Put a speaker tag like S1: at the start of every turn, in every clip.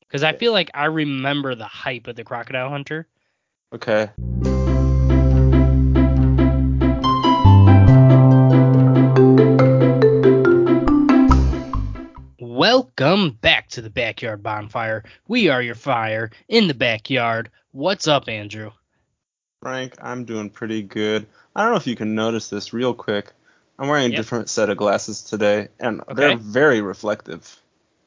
S1: because I feel like I remember the hype of the Crocodile Hunter.
S2: Okay.
S1: Welcome back to the Backyard Bonfire. We are your fire in the backyard. What's up, Andrew?
S2: Frank, I'm doing pretty good. I don't know if you can notice this real quick. I'm wearing a
S1: Yep.
S2: different set of glasses today, and
S1: Okay.
S2: they're very reflective.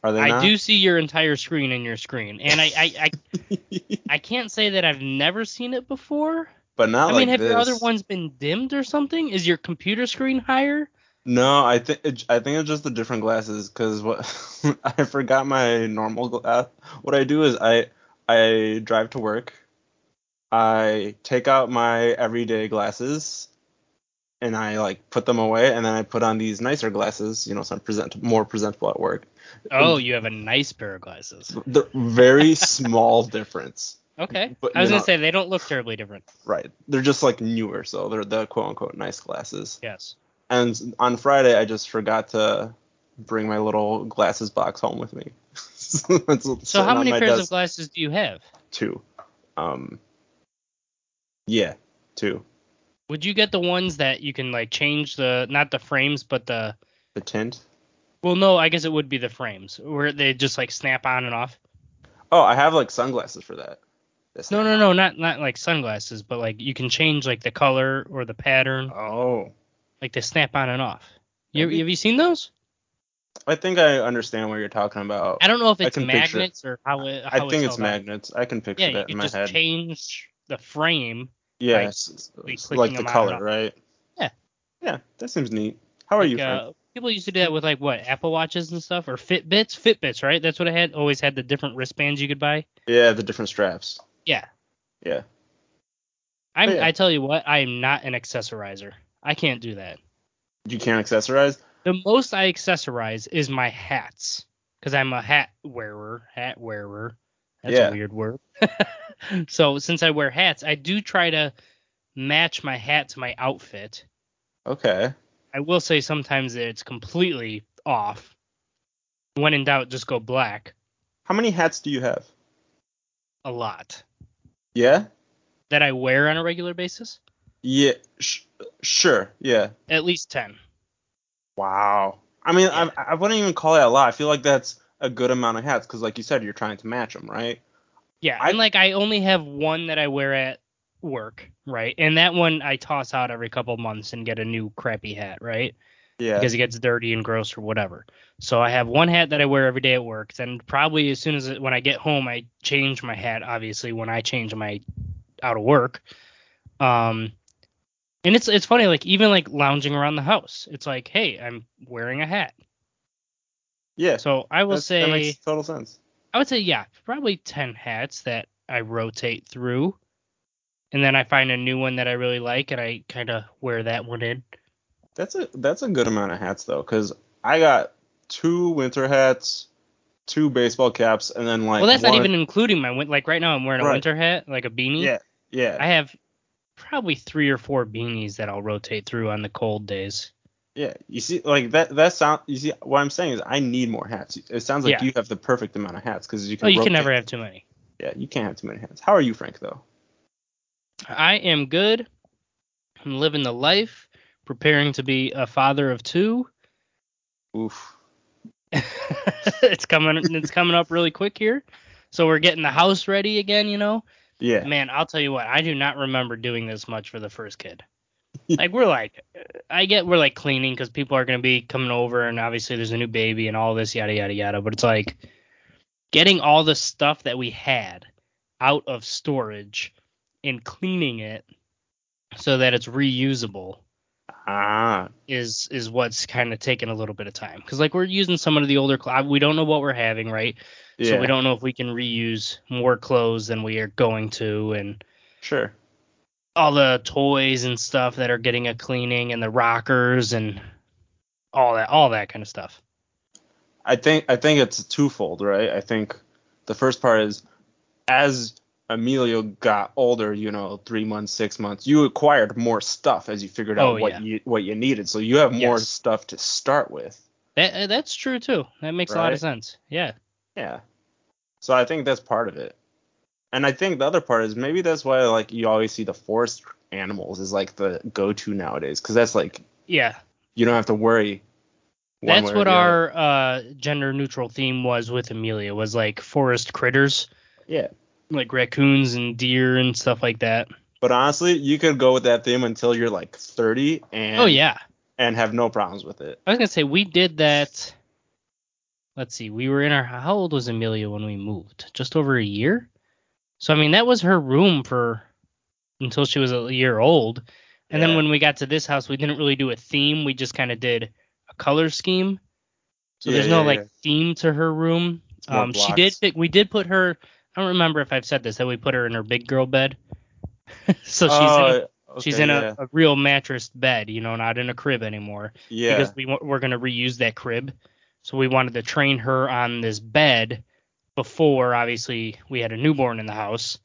S2: Are they
S1: I
S2: not?
S1: do see your entire screen in your screen, and I I, I, I can't say that I've never seen it before.
S2: but not
S1: I mean,
S2: like
S1: have
S2: this.
S1: your other ones been dimmed or something? Is your computer screen higher?
S2: No, I think it, I think it's just the different glasses because what I forgot my normal glass. What I do is I I drive to work, I take out my everyday glasses, and I like put them away, and then I put on these nicer glasses, you know, so I'm present more presentable at work.
S1: Oh, you have a nice pair of glasses.
S2: The very small difference,
S1: Okay.
S2: But
S1: I was
S2: you're
S1: gonna
S2: not-
S1: say they don't look terribly different.
S2: right? They're just like newer, so they're the quote unquote nice glasses.
S1: Yes.
S2: And on Friday, I just forgot to bring my little glasses box home with me. so
S1: So how many pairs of glasses do you have?
S2: Two. Um. Yeah, two.
S1: Would you get the ones that you can like change the not the frames but the
S2: The tint.
S1: well no I guess it would be the frames where they just like snap on and off.
S2: Oh, I have like sunglasses for that. That's
S1: No no no not not like sunglasses but like you can change like the color or the pattern
S2: Oh.
S1: like they snap on and off. You,
S2: Maybe.
S1: have you seen those?
S2: I think I understand what you're talking about.
S1: I don't know if
S2: I
S1: it's
S2: can picture it.
S1: magnets or how it.
S2: I
S1: How
S2: think it's
S1: held on.
S2: magnets. I can picture
S1: Yeah, you
S2: that in
S1: can
S2: my
S1: just
S2: head.
S1: change the frame.
S2: yeah,
S1: like,
S2: it's-
S1: be
S2: it's
S1: clicking
S2: like the
S1: them on and
S2: color,
S1: off.
S2: right?
S1: Yeah.
S2: Yeah, that seems neat. How are
S1: Like,
S2: you? Frank?
S1: uh, people used to do that with like what Apple watches and stuff or Fitbits. Fitbits, right? That's what I had. Always had the different wristbands you could buy.
S2: yeah, the different straps.
S1: Yeah.
S2: Yeah.
S1: I'm,
S2: Oh, yeah.
S1: I tell you what, I am not an accessorizer. I can't do that.
S2: You can't accessorize.
S1: The most I accessorize is my hats because I'm a hat wearer. Hat wearer. That's
S2: Yeah.
S1: a weird word. so since I wear hats, I do try to match my hat to my outfit.
S2: Okay.
S1: I will say sometimes that it's completely off. When in doubt, just go black
S2: How many hats do you have?
S1: a lot
S2: Yeah.
S1: that I wear on a regular basis.
S2: Yeah. Sh- sure. Yeah.
S1: At least 10.
S2: Wow. I mean,
S1: Yeah.
S2: I, I wouldn't even call that a lot. I feel like that's a good amount of hats because, like you said, you're trying to match them, right?
S1: Yeah,
S2: I-
S1: and like I only have one that I wear at work, right? And that one I toss out every couple months and get a new crappy hat, right?
S2: Yeah.
S1: Because it gets dirty and gross or whatever. So I have one hat that I wear every day at work. Then probably as soon as it, when I get home, I change my hat. Obviously, when I change my out of work, um, and it's it's funny, like even like lounging around the house, it's like, hey, I'm wearing a hat.
S2: yeah.
S1: So I will
S2: that's-
S1: say
S2: that makes total sense.
S1: I would say yeah, probably ten hats that I rotate through, and then I find a new one that I really like, and I kind of wear that one in.
S2: That's a that's a good amount of hats though, because I got two winter hats, two baseball caps, and then like
S1: well, that's not
S2: one-
S1: even including my win. Like right now, I'm wearing a
S2: Right.
S1: winter hat, like a beanie.
S2: Yeah. Yeah.
S1: I have probably three or four beanies that I'll rotate through on the cold days.
S2: Yeah, you see, like that. That sound. You see, what I'm saying is, I need more hats. It sounds like
S1: Yeah.
S2: you have the perfect amount of hats because you can.
S1: Oh, you
S2: rotate.
S1: can never have too many.
S2: Yeah, you can't have too many hats. How are you, Frank? Though.
S1: I am good. I'm living the life, preparing to be a father of two.
S2: Oof.
S1: it's coming. It's coming up really quick here. So we're getting the house ready again, you know.
S2: Yeah.
S1: Man, I'll tell you what, I do not remember doing this much for the first kid. Like we're like, I get we're like cleaning because people are gonna be coming over and obviously there's a new baby and all this yada yada yada. But it's like getting all the stuff that we had out of storage and cleaning it so that it's reusable
S2: Ah.
S1: is is what's kind of taking a little bit of time because like we're using some of the older cl- we don't know what we're having right
S2: Yeah.
S1: so we don't know if we can reuse more clothes than we are going to and
S2: Sure.
S1: all the toys and stuff that are getting a cleaning and the rockers and all that all that kind of stuff.
S2: I think I think it's twofold, right? I think the first part is as Emilio got older, you know, three months, six months, you acquired more stuff as you figured out
S1: Oh,
S2: what
S1: yeah.
S2: you what you needed. So you have more
S1: Yes.
S2: stuff to start with.
S1: That uh, that's true too. That makes a lot
S2: Right.
S1: of sense. Yeah.
S2: Yeah. So I think that's part of it. And I think the other part is maybe that's why like you always see the forest animals is like the go-to nowadays because that's like
S1: Yeah.
S2: you don't have to worry. one way
S1: That's
S2: or
S1: what
S2: the other.
S1: our uh, gender neutral theme was with Amelia was like forest critters,
S2: yeah.
S1: like raccoons and deer and stuff like that.
S2: But honestly, you could go with that theme until you're like 30 and
S1: oh yeah.
S2: and have no problems with it.
S1: I was gonna say we did that let's see, we were in our how old was Amelia when we moved? Just over a year? So I mean that was her room for until she was a year old. And
S2: Yeah.
S1: then when we got to this house, we didn't really do a theme. We just kind of did a color scheme. So there's
S2: Yeah,
S1: no
S2: yeah,
S1: like
S2: yeah.
S1: theme to her room.
S2: It's more
S1: Um, she did.
S2: blocks.
S1: pick- We did put her. I don't remember if I've said this that we put her in her big girl bed. so she's in a,
S2: Oh, okay,
S1: she's in
S2: yeah.
S1: a, a real mattress bed, you know, not in a crib anymore
S2: yeah.
S1: because we wa- we're gonna reuse that crib. So we wanted to train her on this bed before obviously we had a newborn in the house.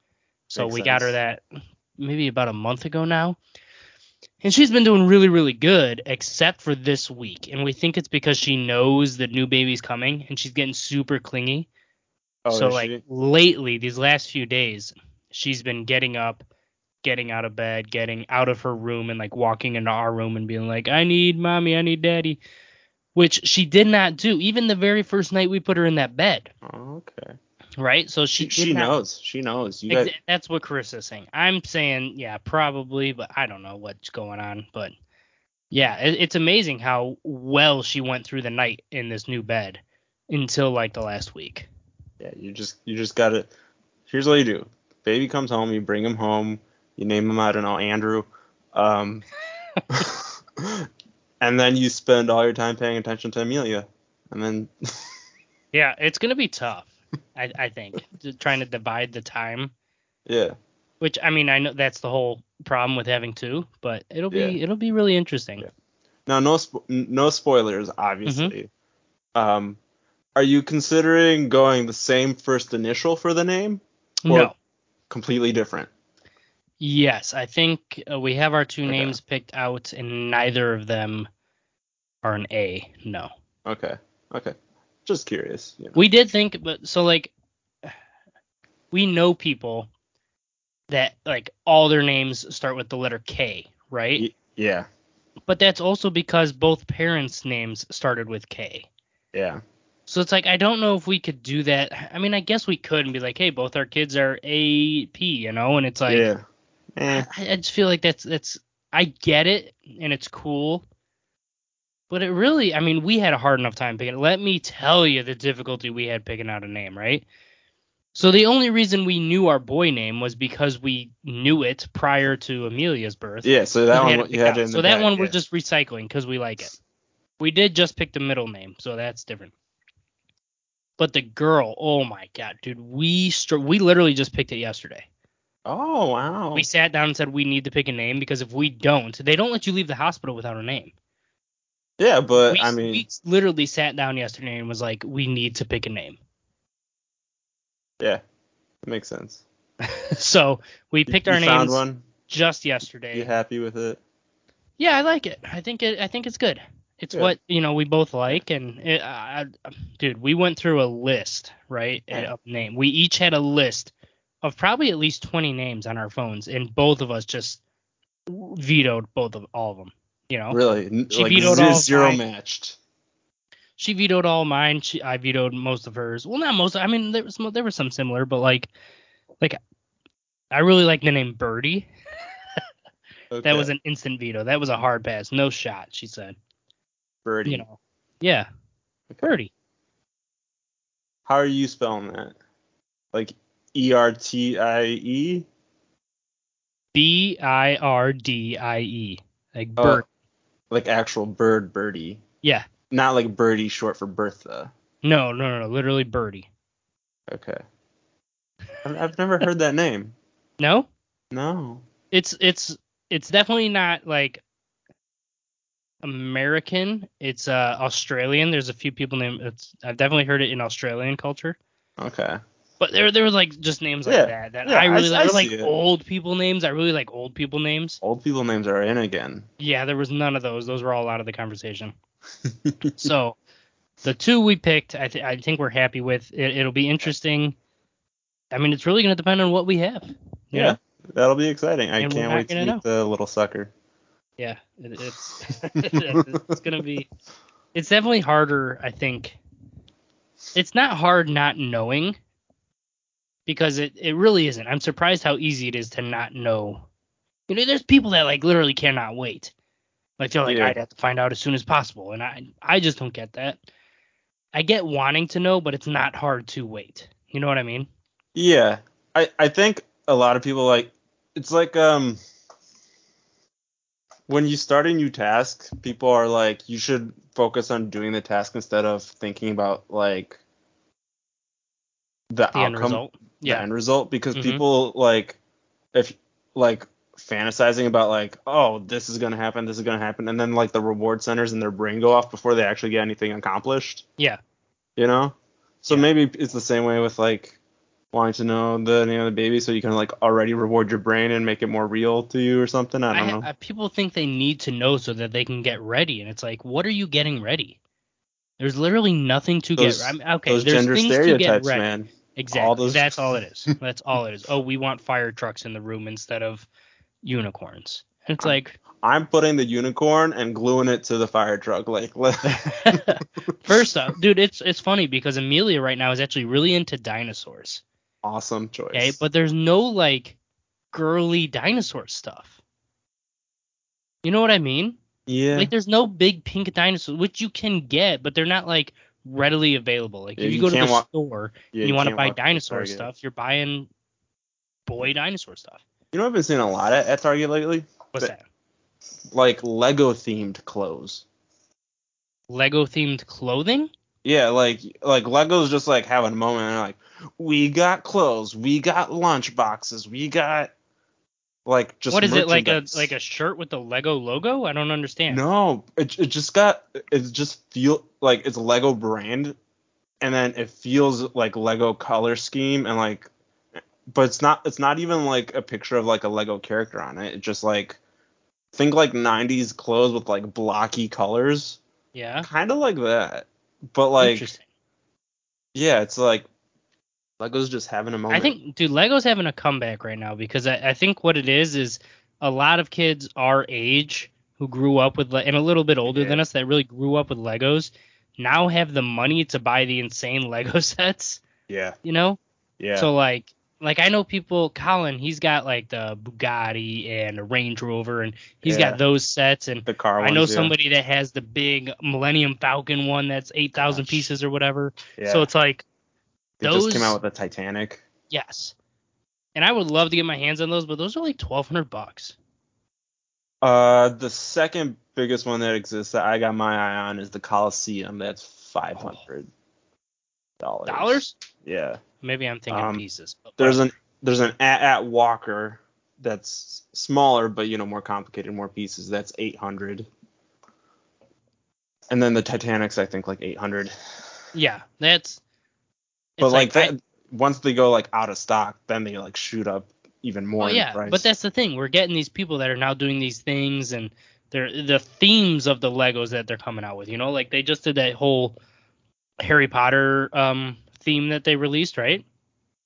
S1: So
S2: Makes
S1: we got her
S2: sense.
S1: that maybe about a month ago now. And she's been doing really, really good, except for this week. And we think it's because she knows the new baby's coming and she's getting super clingy.
S2: oh,
S1: so
S2: is
S1: like
S2: she?
S1: lately, these last few days, she's been getting up, getting out of bed, getting out of her room and like walking into our room and being like, I need mommy, I need daddy. Which she did not do, even the very first night we put her in that bed,
S2: Oh, okay.
S1: right? So she
S2: She,
S1: did
S2: she
S1: not
S2: knows. She knows. You
S1: Exa-
S2: guys,
S1: that's what Carissa's saying. I'm saying, yeah, probably, but I don't know what's going on. But yeah, it, it's amazing how well she went through the night in this new bed until like the last week.
S2: yeah, you just you just got to Here's what you do. Baby comes home, you bring him home, you name him I don't know, Andrew. Um and then you spend all your time paying attention to Amelia. And then
S1: Yeah, it's gonna be tough. I, I think to- trying to divide the time,
S2: yeah.
S1: which I mean, I know that's the whole problem with having two, but it'll be
S2: Yeah.
S1: it'll be really interesting.
S2: Yeah. Now, no sp- n- no spoilers, obviously.
S1: Mm-hmm.
S2: Um, are you considering going the same first initial for the name, or
S1: No,
S2: completely different?
S1: yes, I think uh, we have our two
S2: Okay.
S1: names picked out, and neither of them are an A. No.
S2: Okay, okay. Just curious. You know.
S1: We did think, but so like, we know people that like all their names start with the letter K, right?
S2: Y- yeah,
S1: But that's also because both parents' names started with K.
S2: yeah,
S1: So it's like I don't know if we could do that. I mean, I guess we could and be like, hey, both our kids are A P, you know, and it's like
S2: yeah. Eh,
S1: I, I just feel like that's that's I get it and it's cool. But it really, I mean, we had a hard enough time picking. Let me tell you the difficulty we had picking out a name, right? So the only reason we knew our boy name was because we knew it prior to Amelia's birth.
S2: yeah. So
S1: We
S2: that
S1: had
S2: one
S1: it
S2: w- you
S1: picked out.
S2: had it in the
S1: so that
S2: back,
S1: one
S2: yeah.
S1: we're just recycling because we like it. We did just pick the middle name, so that's different. But the girl, oh my god, dude, we str- we literally just picked it yesterday.
S2: Oh wow.
S1: We sat down and said we need to pick a name because if we don't, they don't let you leave the hospital without a name.
S2: yeah, but
S1: we,
S2: I mean,
S1: we literally sat down yesterday and was like, we need to pick a name.
S2: yeah, it makes sense.
S1: so we
S2: You-
S1: picked
S2: you
S1: our
S2: found
S1: names
S2: one.
S1: just
S2: You
S1: yesterday.
S2: happy with it?
S1: Yeah, I like it. I think it. I think it's good. It's
S2: Good.
S1: what you know we both like, and it, I, I- dude, we went through a list, right?
S2: Yeah.
S1: Of name. We each had a list of probably at least twenty names on our phones, and both of us just vetoed both of all of them. You know,
S2: Really? N-
S1: Oh. She
S2: like
S1: vetoed
S2: zero,
S1: all
S2: zero
S1: five.
S2: matched.
S1: she vetoed all mine. She, I vetoed most of hers. Well, not most. I mean, there was mo- there were some similar, but like, like, I really like the name Birdie.
S2: Okay.
S1: That was an instant veto. That was a hard pass. No shot. She said.
S2: birdie.
S1: You know. Yeah,
S2: Okay.
S1: Birdie.
S2: How are you spelling that? Like E R T I E?
S1: B I R D I E. Like
S2: Oh.
S1: Bird.
S2: Like actual bird birdie.
S1: Yeah.
S2: Not like birdie short for Bertha.
S1: No, no, no, no. Literally Birdie.
S2: Okay. I've, I've never heard that name.
S1: No,
S2: No.
S1: it's it's it's definitely not like American. It's uh Australian. There's a few people named. It's, I've definitely heard it in Australian culture.
S2: Okay.
S1: But there, there were like just names like
S2: Yeah.
S1: that that
S2: Yeah,
S1: I really
S2: I- I
S1: like. or, like
S2: see it.
S1: old people names. I really like old people names.
S2: Old people names are in again.
S1: Yeah, there was none of those. Those were all out of the conversation. so the two we picked, I, th- I think we're happy with. It, it'll be interesting I mean, it's really going to depend on what we have. you
S2: Yeah,
S1: know?
S2: that'll be exciting. I
S1: And we're
S2: can't
S1: not
S2: wait to
S1: gonna
S2: meet
S1: know.
S2: the little sucker.
S1: Yeah, it, it's it's gonna be. It's definitely harder, I think. It's not hard not knowing, because it it really isn't. I'm surprised how easy it is to not know. You know, there's people that like literally cannot wait. Like they're like,
S2: Yeah.
S1: I'd have to find out as soon as possible, and I I just don't get that. I get wanting to know, but it's not hard to wait. You know what I mean?
S2: Yeah, I I think a lot of people like it's like um when you start a new task, people are like you should focus on doing the task instead of thinking about like the,
S1: The end
S2: outcome,
S1: result. Yeah.
S2: the end result because
S1: Mhm.
S2: people like if like fantasizing about like oh this is gonna happen this is gonna happen and then like the reward centers in their brain go off before they actually get anything accomplished
S1: Yeah.
S2: you know so
S1: Yeah.
S2: maybe it's the same way with like wanting to know the name of the baby so you can like already reward your brain and make it more real to you or something i don't
S1: ha-
S2: know
S1: I- people think they need to know so that they can get ready, and it's like, what are you getting ready? There's literally nothing to
S2: Those-
S1: get. I'm, okay,
S2: those
S1: there's
S2: gender
S1: things to get
S2: stereotypes
S1: ready.
S2: man
S1: Exactly.
S2: those-
S1: That's all it is. That's all it is. Oh, we want fire trucks in the room instead of unicorns. And it's like,
S2: i'm putting the unicorn and gluing it to the fire truck like let-
S1: first off, dude, it's it's funny because Amelia right now is actually really into dinosaurs.
S2: awesome choice
S1: Okay, but there's no like girly dinosaur stuff. You know what I mean?
S2: yeah
S1: Like there's no big pink dinosaurs, which you can get, but they're not like readily available. Like
S2: Yeah,
S1: if you,
S2: you
S1: go to
S2: can't
S1: the
S2: walk-
S1: store
S2: yeah,
S1: and you want to
S2: can't
S1: buy
S2: walk to
S1: dinosaur
S2: Target.
S1: stuff, you're buying boy dinosaur stuff.
S2: you know i've been seeing a lot at, at target lately
S1: What's
S2: But-
S1: that?
S2: like lego themed clothes
S1: Lego themed clothing?
S2: Yeah, like like Lego's just like having a moment and they're like, we got clothes, we got lunch boxes, we got like just
S1: what is it like a
S2: merchandise."
S1: like a shirt with the Lego logo? I don't understand.
S2: No, it it just got it just feel like it's a Lego brand and then it feels like Lego color scheme and like but it's not it's not even like a picture of like a Lego character on it. It's just like think like 90s clothes with like blocky colors,
S1: Yeah.
S2: kind of like that. But like
S1: Interesting.
S2: Yeah, it's like Lego's just having a moment.
S1: I think dude, Lego's having a comeback right now because I, I think what it is is a lot of kids our age who grew up with Le- and a little bit older than
S2: Yeah.
S1: us that really grew up with Legos now have the money to buy the insane Lego sets,
S2: Yeah,
S1: you know?
S2: yeah.
S1: So like like I know people Colin, he's got like the Bugatti and a Range Rover and he's
S2: Yeah.
S1: got those sets and
S2: the car.
S1: I know
S2: ones, yeah.
S1: somebody that has the big Millennium Falcon one that's 8,000
S2: Gosh.
S1: pieces or whatever.
S2: Yeah.
S1: So it's like
S2: they just came
S1: those-
S2: out with a Titanic.
S1: Yes. And I would love to get my hands on those, but those are like twelve hundred bucks.
S2: Uh, the second biggest one that exists that I got my eye on is the Coliseum. That's five hundred dollars.
S1: Dollars?
S2: Yeah.
S1: Maybe I'm thinking
S2: Um,
S1: pieces. but
S2: There's
S1: whatever.
S2: an there's an at at Walker that's smaller but you know more complicated, more pieces. That's eight hundred. And then the Titanic's I think like eight hundred.
S1: yeah, that's.
S2: But
S1: it's
S2: like,
S1: I-
S2: that, once they go like out of stock, then they like shoot up even more.
S1: oh
S2: in
S1: yeah,
S2: price.
S1: but that's the thing. We're getting these people that are now doing these things, and they're the themes of the Legos that they're coming out with. You know, like they just did that whole Harry Potter um theme that they released, right?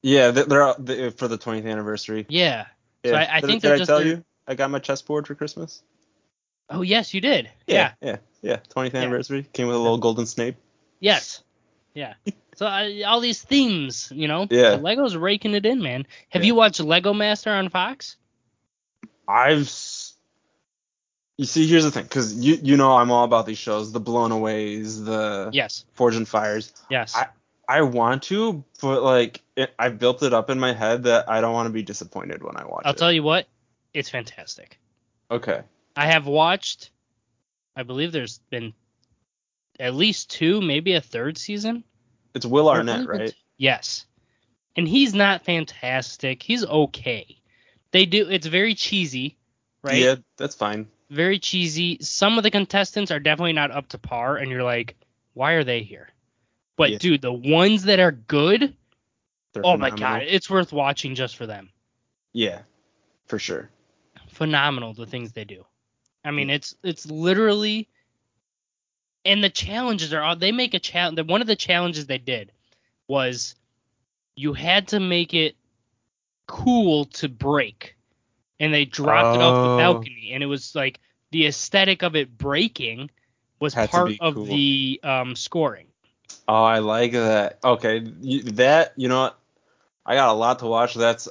S2: yeah, they- they're out they, for the 20th anniversary.
S1: Yeah. So
S2: Yeah.
S1: I- I
S2: did
S1: think
S2: did
S1: they're
S2: I
S1: just
S2: tell
S1: their-
S2: you I got my chessboard for Christmas?
S1: Oh yes, you did. yeah.
S2: yeah, yeah. 20th anniversary came with a little golden snape.
S1: Yes. Yeah. So I, all these themes, you know.
S2: Yeah.
S1: The Lego's raking it in, man. Have
S2: Yeah.
S1: you watched Lego Master on Fox?
S2: I've s- you see, here's the thing, because you you know I'm all about these shows, the blown aways, the
S1: Yes.
S2: forge and fires.
S1: Yes.
S2: Uh, I want to, but like it, I've built it up in my head that I don't want to be disappointed when I watch
S1: I'll
S2: it.
S1: tell you what, it's fantastic.
S2: Okay.
S1: I have watched. I believe there's been at least two, maybe a third season.
S2: It's Will
S1: Or
S2: Arnett,
S1: maybe
S2: right?
S1: it's- Yes. And he's not fantastic. He's okay. They do. It's very cheesy, right?
S2: Yeah, that's fine.
S1: very cheesy. Some of the contestants are definitely not up to par, and you're like, why are they here? But
S2: Yeah.
S1: dude, the ones that are good,
S2: They're
S1: oh my
S2: phenomenal.
S1: god, it's worth watching just for them.
S2: Yeah, for sure.
S1: Phenomenal the things they do. I
S2: Hmm.
S1: mean, it's it's literally, and the challenges are all they make a challenge. One of the challenges they did was you had to make it cool to break, and they dropped it off
S2: Oh.
S1: the balcony, and it was like the aesthetic of it breaking was
S2: Had to
S1: part
S2: be
S1: of
S2: cool.
S1: the um, scoring.
S2: Oh, I like that. Okay, you, that you know, what? I got a lot to watch. That's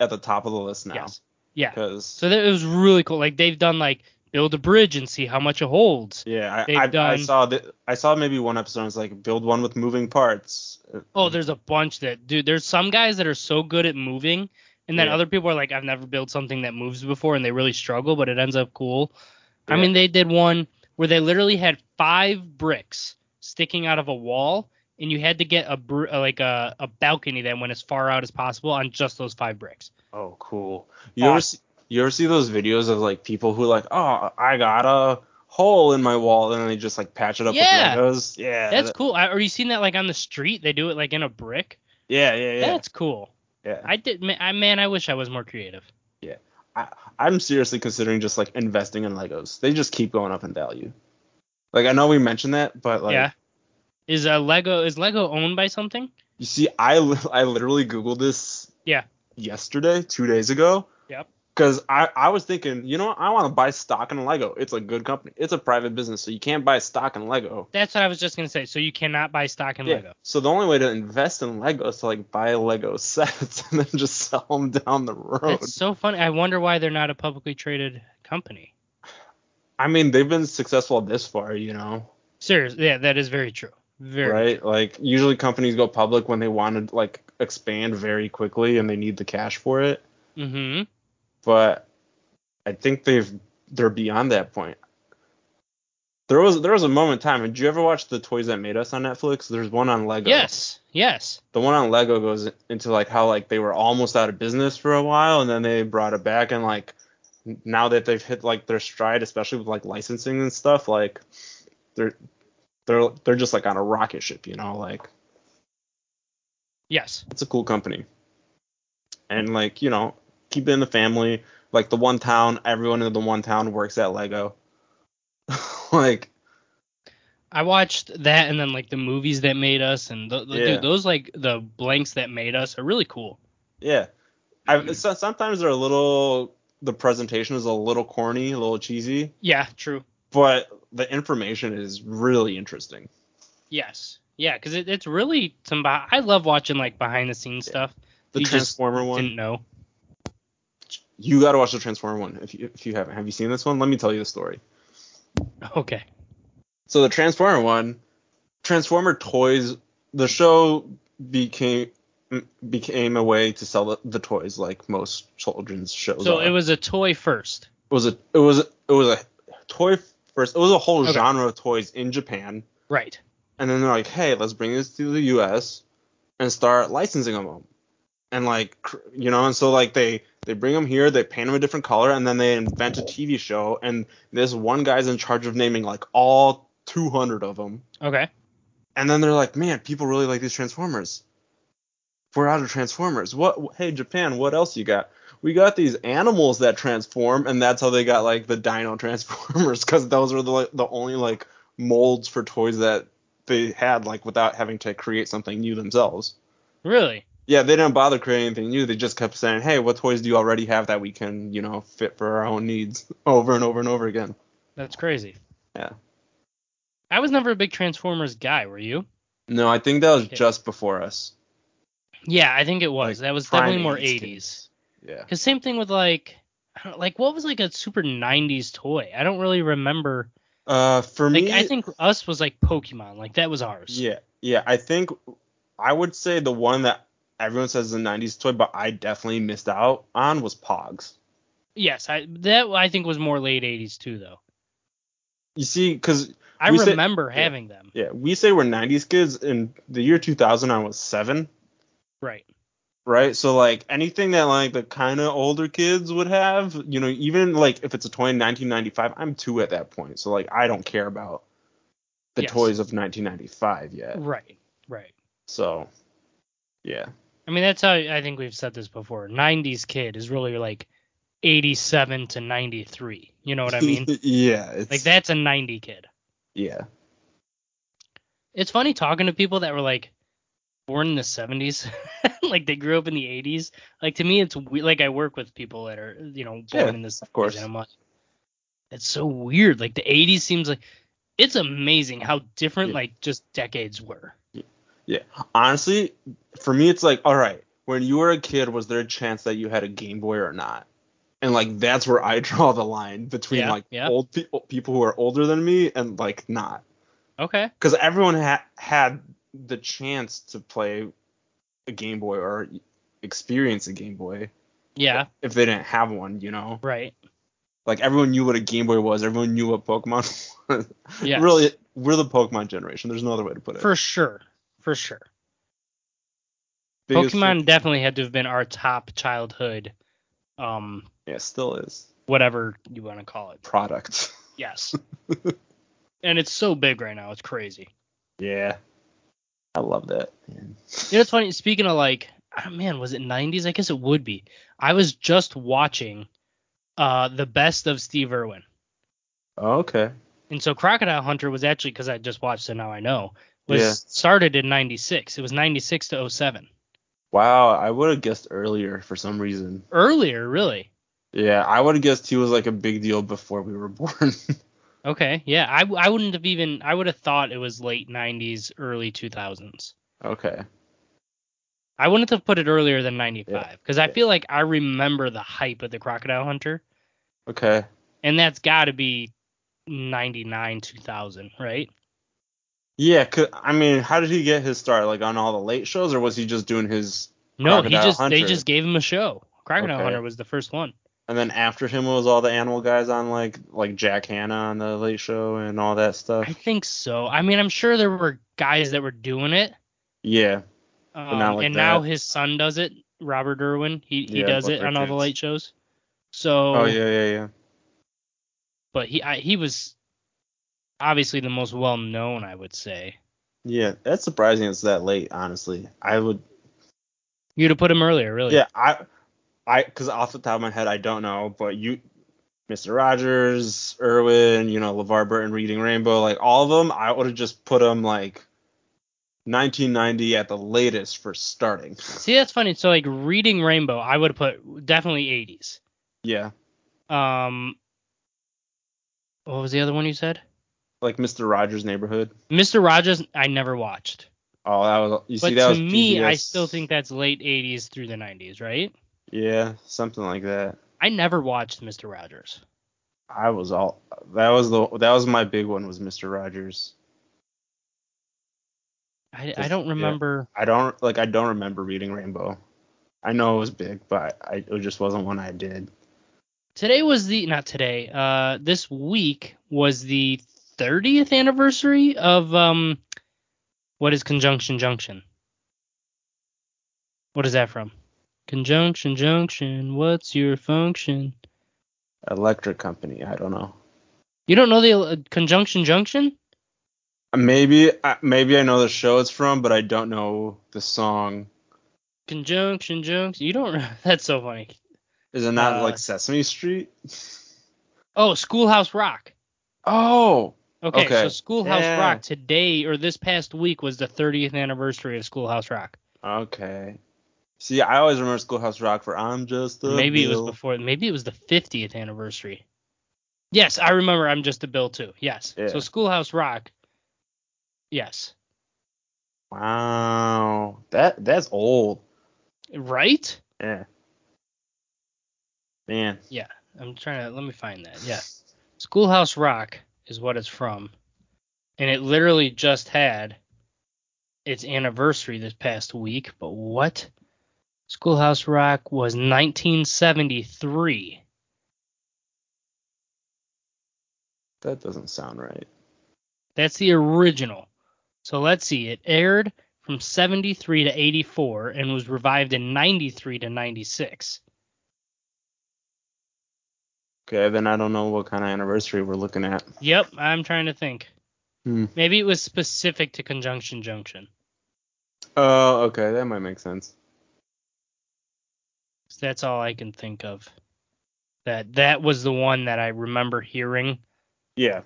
S2: at the top of the list now.
S1: Yes. Yeah.
S2: Because
S1: So that it was really cool. Like they've done like build a bridge and see how much it holds.
S2: yeah, I,
S1: they've
S2: I, I
S1: done-
S2: saw that. I saw maybe one episode. I was like, build one with moving parts. Uh,
S1: Oh, there's a bunch that dude. There's some guys that are so good at moving, and then
S2: Yeah.
S1: other people are like, I've never built something that moves before, and they really struggle, but it ends up cool. I
S2: Yeah.
S1: mean, they did one where they literally had five bricks sticking out of a wall, and you had to get a br- uh, like a, a balcony that went as far out as possible on just those five bricks.
S2: Oh, cool. You ever see,
S1: Awesome.
S2: you ever see those videos of like people who like, oh, I got a hole in my wall, and then they just like patch it up
S1: Yeah.
S2: with Legos. Yeah,
S1: That's
S2: that-
S1: cool. I, or you seen that like on the street? They do it like in a brick.
S2: yeah, yeah, yeah.
S1: That's cool.
S2: yeah.
S1: I did, ma- I, man. I wish I was more creative.
S2: I, I'm seriously considering just like investing in Legos. They just keep going up in value. Like I know we mentioned that, but like
S1: yeah. Is uh, Lego is Lego owned by something?
S2: you see, I li- I literally googled this.
S1: Yeah.
S2: Yesterday, two days ago.
S1: Yep.
S2: Because I, I was thinking, you know, what? I want to buy stock in Lego. It's a good company. It's a private business, so you can't buy stock in Lego.
S1: That's what I was just gonna say. So you cannot buy stock in Lego.
S2: So the only way to invest in Lego is to like buy Lego sets and then just sell them down the road.
S1: That's so funny. I wonder why they're not a publicly traded company.
S2: I mean, they've been successful this far, you know.
S1: Seriously, yeah, that is very true. Very.
S2: right like usually companies go public when they want to like expand very quickly and they need the cash for it
S1: Mm-hmm.
S2: but i think they've they're beyond that point there was there was a moment in time did you ever watch the toys that made us on netflix there's one on lego
S1: Yes. Yes.
S2: the one on lego goes into like how like they were almost out of business for a while and then they brought it back and like now that they've hit like their stride especially with like licensing and stuff like they're they're they're just like on a rocket ship you know like
S1: Yes.
S2: it's a cool company. And like, you know, keep it in the family. Like the one town, everyone in the one town works at Lego. like
S1: I watched that and then like the movies that made us and the, the-
S2: Yeah.
S1: dude, those like the blanks that made us are really cool.
S2: yeah.
S1: Hmm.
S2: I so, sometimes they're a little the presentation is a little corny, a little cheesy,
S1: Yeah. True.
S2: but the information is really interesting.
S1: Yes. Yeah, because it, it's really some. beh- I love watching like behind the scenes stuff.
S2: The
S1: You just
S2: Transformer one.
S1: Didn't know.
S2: You got to watch the Transformer one if you if you haven't. Have you seen this one? Let me tell you the story.
S1: Okay.
S2: So the Transformer one, Transformer toys, the show became m- became a way to sell the, the toys like most children's shows.
S1: So
S2: are.
S1: it was a toy first.
S2: it was a it was it was a toy first. It was a whole
S1: Okay.
S2: genre of toys in Japan,
S1: Right.
S2: and then they're like, hey, let's bring this to the U.S. and start licensing them, and like cr- you know, and so like they they bring them here, they paint them a different color, and then they invent a TV show, and this one guy's in charge of naming like all 200 of them.
S1: Okay.
S2: And then they're like, man, people really like these Transformers. We're out of Transformers. What? Hey, Japan, what else you got? We got these animals that transform, and that's how they got like the Dino Transformers, because those were the like, the only like molds for toys that they had like without having to create something new themselves.
S1: Really?
S2: Yeah, they didn't bother creating anything new. They just kept saying, hey, what toys do you already have that we can you know fit for our own needs over and over and over again.
S1: That's crazy.
S2: Yeah.
S1: I was never a big Transformers guy, were you?
S2: No, I think that was
S1: Okay.
S2: just before us.
S1: Yeah, I think it was.
S2: Like,
S1: that was
S2: prime
S1: definitely more
S2: 80s
S1: 80s.
S2: Yeah.
S1: Cuz same thing with like I don't, like what was like a super 90s toy? I don't really remember.
S2: Uh, for
S1: Like
S2: me,
S1: I think us was like Pokemon. Like that was ours.
S2: Yeah, yeah. I think I would say the one that everyone says is a '90s toy, but I definitely missed out on was Pogs.
S1: Yes, I that I think was more late 80s too though.
S2: You see, because
S1: I
S2: We said-
S1: remember
S2: yeah.
S1: having them.
S2: yeah, we say we're '90s kids, and the year 2000 I was seven,
S1: Right.
S2: right? So like anything that like the kind of older kids would have, you know, even like if it's a toy in 1995, I'm two at that point, so like I don't care about the
S1: Yes.
S2: toys of 1995 yet.
S1: Right. Right.
S2: So, yeah.
S1: I mean, that's how I think we've said this before. 90s kid is really like 87 to 93. You know what I mean?
S2: yeah. It's,
S1: like, that's a 90 kid.
S2: Yeah.
S1: It's funny talking to people that were like, born in the 70s like they grew up in the 80s like to me it's we- like i work with people that are you know born
S2: Yeah,
S1: in the 70s
S2: course.
S1: and i'm like it's so weird like the 80s seems like it's amazing how different
S2: Yeah.
S1: like just decades were
S2: Honestly, for me, it's like, all right, when you were a kid, was there a chance that you had a Game Boy or not? And like that's where I draw the line between
S1: Yeah,
S2: like
S1: yeah.
S2: old people, people who are older than me, and like not,
S1: okay
S2: because everyone ha- had the chance to play a Game Boy or experience a Game Boy
S1: yeah
S2: if they didn't have one, you know.
S1: right
S2: Like everyone knew what a Game Boy was, everyone knew what Pokemon was.
S1: yeah
S2: Really, we're the Pokemon generation. There's no other way to put it.
S1: for sure for sure
S2: Biggest-
S1: pokemon definitely had to have been our top childhood um
S2: yeah, still is
S1: whatever you want to call it
S2: product.
S1: yes and it's so big right now it's crazy
S2: Yeah. I love that.
S1: You know, it's funny. Speaking of like, oh man, was it 90s? I guess it would be. I was just watching uh the best of Steve Irwin,
S2: Oh, okay.
S1: and so Crocodile Hunter was actually because I just watched it. Now I know was
S2: Yeah.
S1: started in 96. It was 96 to 07.
S2: Wow, I would have guessed earlier for some reason.
S1: Earlier, really.
S2: Yeah, I would have guessed he was like a big deal before we were born.
S1: Okay, yeah. I, I wouldn't have even. I would have thought it was late 90s, early 2000s.
S2: okay.
S1: I wouldn't have put it earlier than 95 because I
S2: yeah.
S1: feel like I remember the hype of the Crocodile Hunter,
S2: Okay.
S1: and that's got to be 99 2000, right?
S2: Yeah, 'cause- I mean, how did he get his start? Like on all the late shows, or was he just doing his?
S1: No, he
S2: Crocodile
S1: just they
S2: Hunter.
S1: just gave him a show. Crocodile
S2: Okay.
S1: Hunter was the first one.
S2: And then after him was all the animal guys on like like Jack Hanna on the late show and all that stuff.
S1: I think so. I mean, I'm sure there were guys that were doing it.
S2: Yeah.
S1: Um,
S2: not like
S1: and now
S2: that.
S1: his son does it, Robert Irwin. He he
S2: Yeah,
S1: does
S2: both
S1: it
S2: their
S1: on all the
S2: kids.
S1: late shows. So,
S2: Oh yeah, yeah, yeah.
S1: but he I, he was obviously the most well known, I would say.
S2: Yeah, that's surprising. It's that late, honestly. I would
S1: You'd have put him earlier, really.
S2: Yeah, I, I, because off the top of my head, I don't know, but you, Mr. Rogers, Irwin, you know, LeVar Burton, Reading Rainbow, like all of them, I would have just put them like 1990 at the latest for starting.
S1: See, that's funny. So like reading Rainbow, I would have put definitely 80s.
S2: Yeah,
S1: Um, what was the other one you said?
S2: like Mr. Rogers' Neighborhood.
S1: Mr. Rogers, I never watched.
S2: Oh, that was you
S1: but
S2: see that
S1: to
S2: was
S1: me, I
S2: PBS.
S1: still think that's late 80s through the 90s, right?
S2: yeah, something like that.
S1: I never watched Mr. Rogers.
S2: I was all that was the that was my big one was Mr. Rogers.
S1: I, I
S2: Just-
S1: don't
S2: yeah.
S1: remember.
S2: I don't like I don't remember reading Rainbow. I know it was big, but I it just wasn't one I did.
S1: Today was the not today. Uh, this week was the 30th anniversary of um, what is Conjunction Junction? What is that from? Conjunction Junction. What's your function?
S2: electric company. I don't know.
S1: You don't know the uh, Conjunction Junction?
S2: Maybe I- maybe I know the show it's from, but I don't know the song.
S1: Conjunction Junction. You don't. That's so funny.
S2: Is it not
S1: Uh,
S2: like Sesame Street?
S1: Oh, Schoolhouse Rock.
S2: Oh,
S1: Okay, so
S2: Okay.
S1: Schoolhouse
S2: Yeah.
S1: Rock today or this past week was the 30th anniversary of Schoolhouse Rock.
S2: okay. See, I always remember Schoolhouse Rock for "I'm Just a
S1: maybe it
S2: Bill."
S1: was before. Maybe it was the 50th anniversary. Yes, I remember. I'm just a bill too. Yes.
S2: Yeah.
S1: So Schoolhouse Rock. Yes.
S2: Wow, that that's old.
S1: Right?
S2: Yeah. Man.
S1: I'm trying to. Let me find that. Yeah. Schoolhouse Rock is what it's from, and it literally just had its anniversary this past week. But what? Schoolhouse Rock was 1973.
S2: That doesn't sound right.
S1: That's the original. So let's see. It aired from 73 to 84 and was revived in 93 to 96.
S2: Okay, then I don't know what kind of anniversary we're looking at.
S1: Yep, I'm trying to think.
S2: Hmm.
S1: Maybe it was specific to Conjunction Junction.
S2: Oh, okay, that might make sense.
S1: So that's all I can think of. That that was the one that I remember hearing.
S2: Yeah.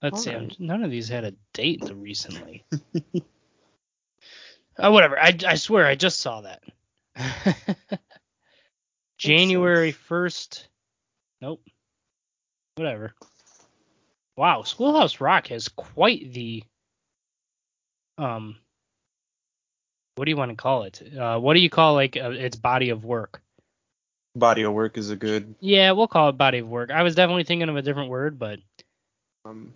S1: Let's see.
S2: Alright.
S1: None of these had a date until recently. oh, whatever. I, I swear I just saw that. January
S2: sense.
S1: 1st. Nope. Whatever. Wow, Schoolhouse Rock has quite the um what do you want to call it? Uh what do you call like uh, its body of work?
S2: Body of work is a good.
S1: Yeah, we'll call it body of work. I was definitely thinking of a different word, but
S2: Um,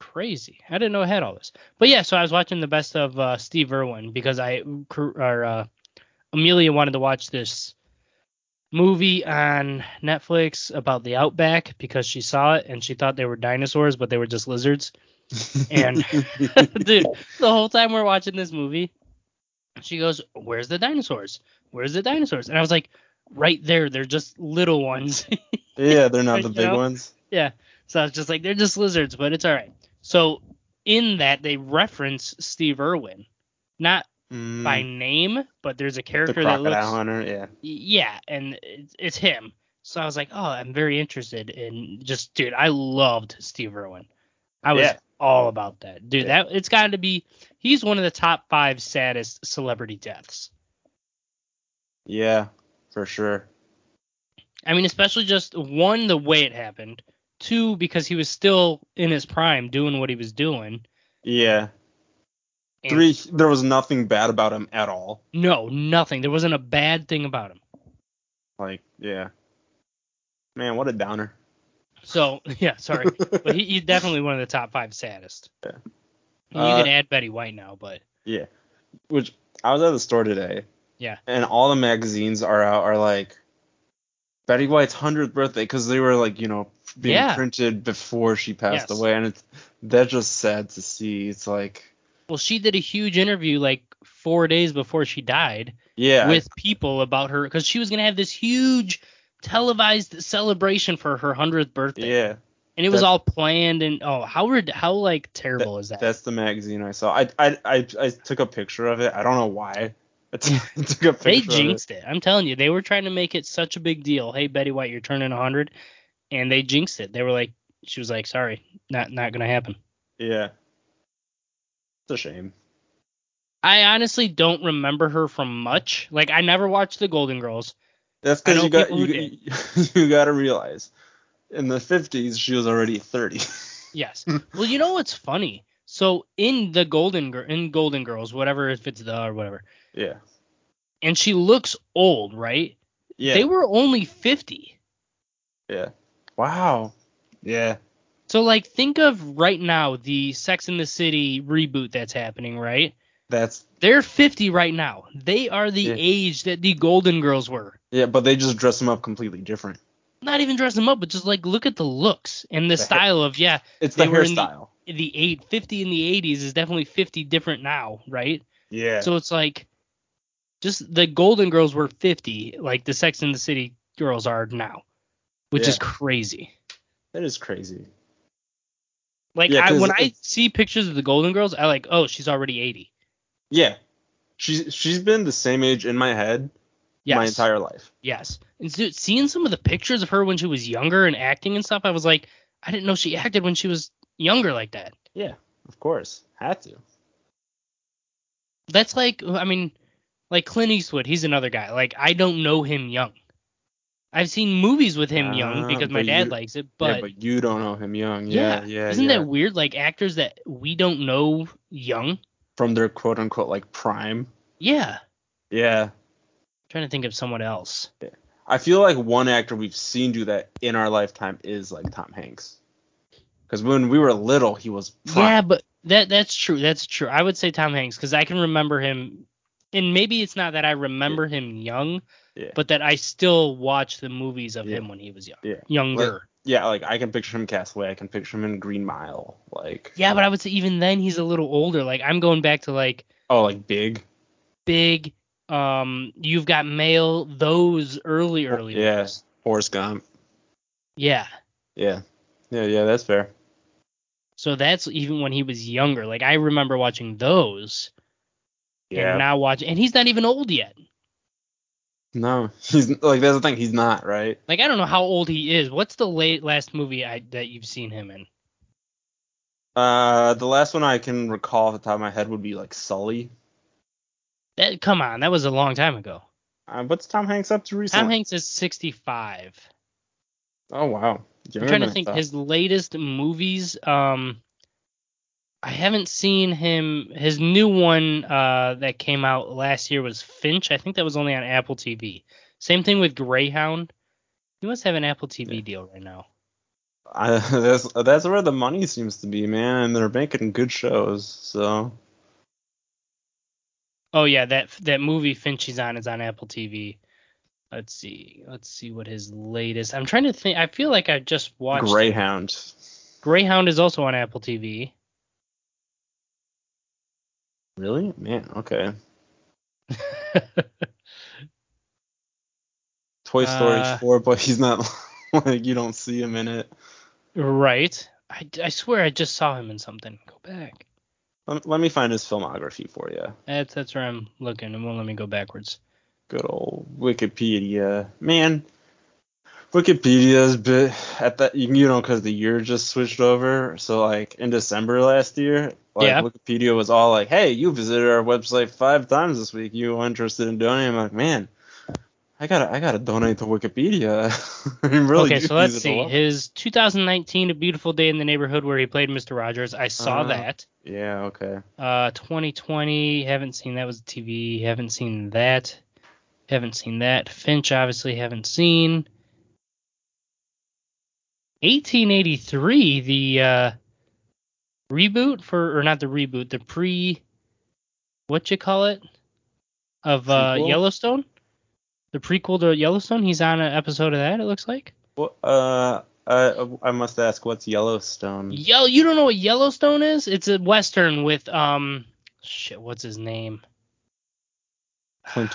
S1: crazy. I didn't know I had all this. But yeah, so I was watching the best of uh, Steve Irwin because I or uh, Amelia wanted to watch this movie on Netflix about the outback because she saw it and she thought they were dinosaurs but they were just lizards. And dude, the whole time we're watching this movie, she goes, "Where's the dinosaurs? Where's the dinosaurs?" And I was like, "Right there. They're just little ones."
S2: yeah, they're not the
S1: You
S2: big
S1: know?
S2: ones.
S1: Yeah. So I was just like, they're just lizards, but it's all right. So in that they reference Steve Irwin, not
S2: Mm,
S1: by name, but there's a
S2: the
S1: character that
S2: crocodile
S1: looks.
S2: hunter. Yeah.
S1: Yeah, and it's, it's him. So I was like, oh, I'm very interested in just, dude. I loved Steve Irwin. I was
S2: Yeah.
S1: all about that, dude. That it's got to be. He's one of the top five saddest celebrity deaths.
S2: Yeah, for sure.
S1: I mean, especially just one, the way it happened. Two, because he was still in his prime doing what he was doing.
S2: Yeah.
S1: and
S2: Three. There was nothing bad about him at all.
S1: No, nothing. There wasn't a bad thing about him.
S2: Like, yeah. Man, what a downer.
S1: So yeah, sorry, but he, he's definitely one of the top five saddest.
S2: Yeah. Uh,
S1: And you can add Betty White now, but
S2: Yeah. Which I was at the store today.
S1: Yeah.
S2: And all the magazines are out are like Betty White's hundredth birthday because they were like you know being
S1: Yeah.
S2: printed before she passed
S1: Yes.
S2: away, and it's that's just sad to see. It's like
S1: well, she did a huge interview like four days before she died
S2: yeah,
S1: with people about her because she was gonna have this huge televised celebration for her hundredth birthday,
S2: yeah.
S1: and it was
S2: that-
S1: all planned and oh, how rid- how like terrible is that?
S2: That's the magazine I saw. I I I, I took a picture of it. I don't know why. I t- I took a picture.
S1: They
S2: of it.
S1: jinxed it. I'm telling you, they were trying to make it such a big deal. Hey, Betty White, you're turning 100, and they jinxed it. They were like, she was like, sorry, not not gonna happen.
S2: Yeah. It's a shame.
S1: I honestly don't remember her from much. Like, I never watched The Golden Girls.
S2: That's
S1: I know
S2: because you
S1: people
S2: got you,
S1: who
S2: you got to realize, in the fifties she was already thirty.
S1: Yes. well, you know what's funny? So in the Golden Girl, in Golden Girls, whatever if it's the or whatever,
S2: yeah.
S1: and she looks old, right?
S2: Yeah.
S1: They were only 50.
S2: Yeah. Wow. Yeah.
S1: So like, think of right now the Sex in the City reboot that's happening, right?
S2: That's
S1: They're 50 right now. They are the
S2: Yeah.
S1: age that the Golden Girls were.
S2: yeah, but they just dress them up completely different.
S1: Not even dress them up, but just like look at the looks and the
S2: The hair-
S1: style of yeah,
S2: It's the
S1: They were in the-
S2: hairstyle.
S1: the eight 50 in the 80s is definitely 50 different now, right?
S2: yeah.
S1: So it's like just the Golden Girls were 50, like the Sex and the City girls are now, which is
S2: Yeah.
S1: crazy.
S2: that is crazy.
S1: Like
S2: Yeah,
S1: I,
S2: 'cause
S1: when I
S2: it-
S1: see pictures of the Golden Girls, I like, oh, she's already 80.
S2: Yeah. She's she's been the same age in my head
S1: Yes.
S2: my entire life.
S1: Yes. And dude, seeing some of the pictures of her when she was younger and acting and stuff, I was like, I didn't know she acted when she was younger like that.
S2: Yeah, of course. Had to.
S1: That's like, I mean, like Clint Eastwood, he's another guy. Like, I don't know him young. I've seen movies with him young
S2: Ah,
S1: because my
S2: but
S1: dad
S2: you-
S1: likes it,
S2: But,
S1: but
S2: yeah, but you don't know him young.
S1: yeah,
S2: Yeah, yeah.
S1: Isn't
S2: yeah.
S1: that weird? Like actors that we don't know young.
S2: from their quote unquote like prime?
S1: Yeah.
S2: Yeah.
S1: trying to think of someone else.
S2: I feel like one actor we've seen do that in our lifetime is like Tom Hanks. Because when we were little, he was prime.
S1: Yeah, but that that's true. That's true. I would say Tom Hanks because I can remember him, and maybe it's not that I remember him young,
S2: Yeah.
S1: but that I still watch the movies of
S2: Yeah.
S1: him when he was young,
S2: Yeah.
S1: younger.
S2: yeah, like I can picture him in Castaway. I can picture him in Green Mile. Like
S1: yeah, but I would say even then he's a little older. Like I'm going back to like
S2: oh, like Big.
S1: big. Um, you've got mail. Those early, early.
S2: Oh, yeah.
S1: movies.
S2: Forrest Gump.
S1: Yeah.
S2: Yeah, yeah, yeah. That's fair.
S1: So that's even when he was younger. Like I remember watching those.
S2: Yeah,
S1: and now watch and he's not even old yet
S2: No, he's like that's the thing. He's not right.
S1: Like I don't know how old he is. What's the late last movie I, that you've seen him in?
S2: Uh, the last one I can recall off the top of my head would be like Sully.
S1: That come on, that was a long time ago.
S2: Uh, what's Tom Hanks up to recently?
S1: Tom Hanks is 65.
S2: Oh wow.
S1: I'm trying to think his latest movies. Um, I haven't seen him. His new one uh, that came out last year was Finch. I think that was only on Apple TV. Same thing with Greyhound. He must have an Apple TV
S2: Yeah.
S1: deal right now.
S2: I, that's that's where the money seems to be, man. And they're making good shows. So
S1: Oh yeah, that that movie Finch he's on is on Apple TV. Let's see. Let's see what his latest. I'm trying to think. I feel like I just watched
S2: Greyhound.
S1: Greyhound is also on Apple TV.
S2: Really? Man. Okay. Toy Story
S1: Uh,
S2: 4, but he's not like you don't see him in it.
S1: right. I, I swear I just saw him in something. Go back.
S2: Let, let me find his filmography for you.
S1: That's that's where I'm looking. It won't let me go backwards.
S2: Good old Wikipedia. Man, Wikipedia's bit at that you know because the year just switched over. So like in December last year, like
S1: Yeah.
S2: Wikipedia was all like, "Hey, you visited our website five times this week. You interested in donating?" I'm like, man. I gotta, I gotta donate to Wikipedia. I really
S1: okay,
S2: do
S1: so let's
S2: use it a
S1: see.
S2: lot.
S1: His 2019 A Beautiful Day in the Neighborhood where he played Mr. Rogers. I saw
S2: Ah.
S1: that.
S2: Yeah, okay.
S1: Uh 2020, haven't seen that was TV. Haven't seen that. Haven't seen that. Finch obviously haven't seen. 1883, the uh reboot for or not the reboot, the pre what you call it of uh
S2: Prequel?
S1: Yellowstone? The prequel to Yellowstone, he's on an episode of that it looks like.
S2: Well, uh, I, I must ask, what's Yellowstone?
S1: Yo, you don't know what Yellowstone is? It's a western with um shit, what's his name?
S2: Clint